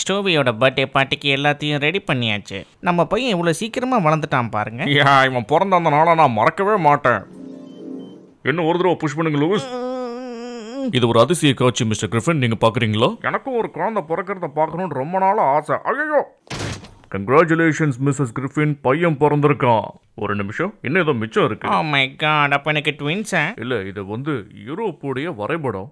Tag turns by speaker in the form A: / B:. A: ஸ்டோவியோட birthday பார்ட்டிக்கு எல்லாத்தையும் ready பண்ணியாச்சு நம்ம பையன் இவ்வளோ சீக்கிரமாக வளர்ந்துட்டான் பாருங்க
B: ஐயா இவன் பிறந்த அந்த நாளை நான் மறக்கவே மாட்டேன் என்ன ஒரு தடவை புஷ் பண்ணுங்க லூஸ்
C: இது ஒரு அதிசய காட்சி மிஸ்டர் கிரிஃபின் நீங்க பாக்குறீங்களா
B: எனக்கும் ஒரு குழந்தை பிறக்கிறத பார்க்கணும்னு ரொம்ப நாள் ஆசை ஐயோ கங்க்ராச்சுலேஷன்ஸ் மிஸ்ஸஸ் கிரிஃபின் பையன் பிறந்திருக்கான் ஒரு நிமிஷம்
A: Oh
B: இன்னும் ஏதோ மிச்சம் இருக்கு
A: ஓ மை காட் அப்போ எனக்கு ட்வின்ஸா
B: இல்ல இது வந்து யூரோப்புடைய வரைபடம்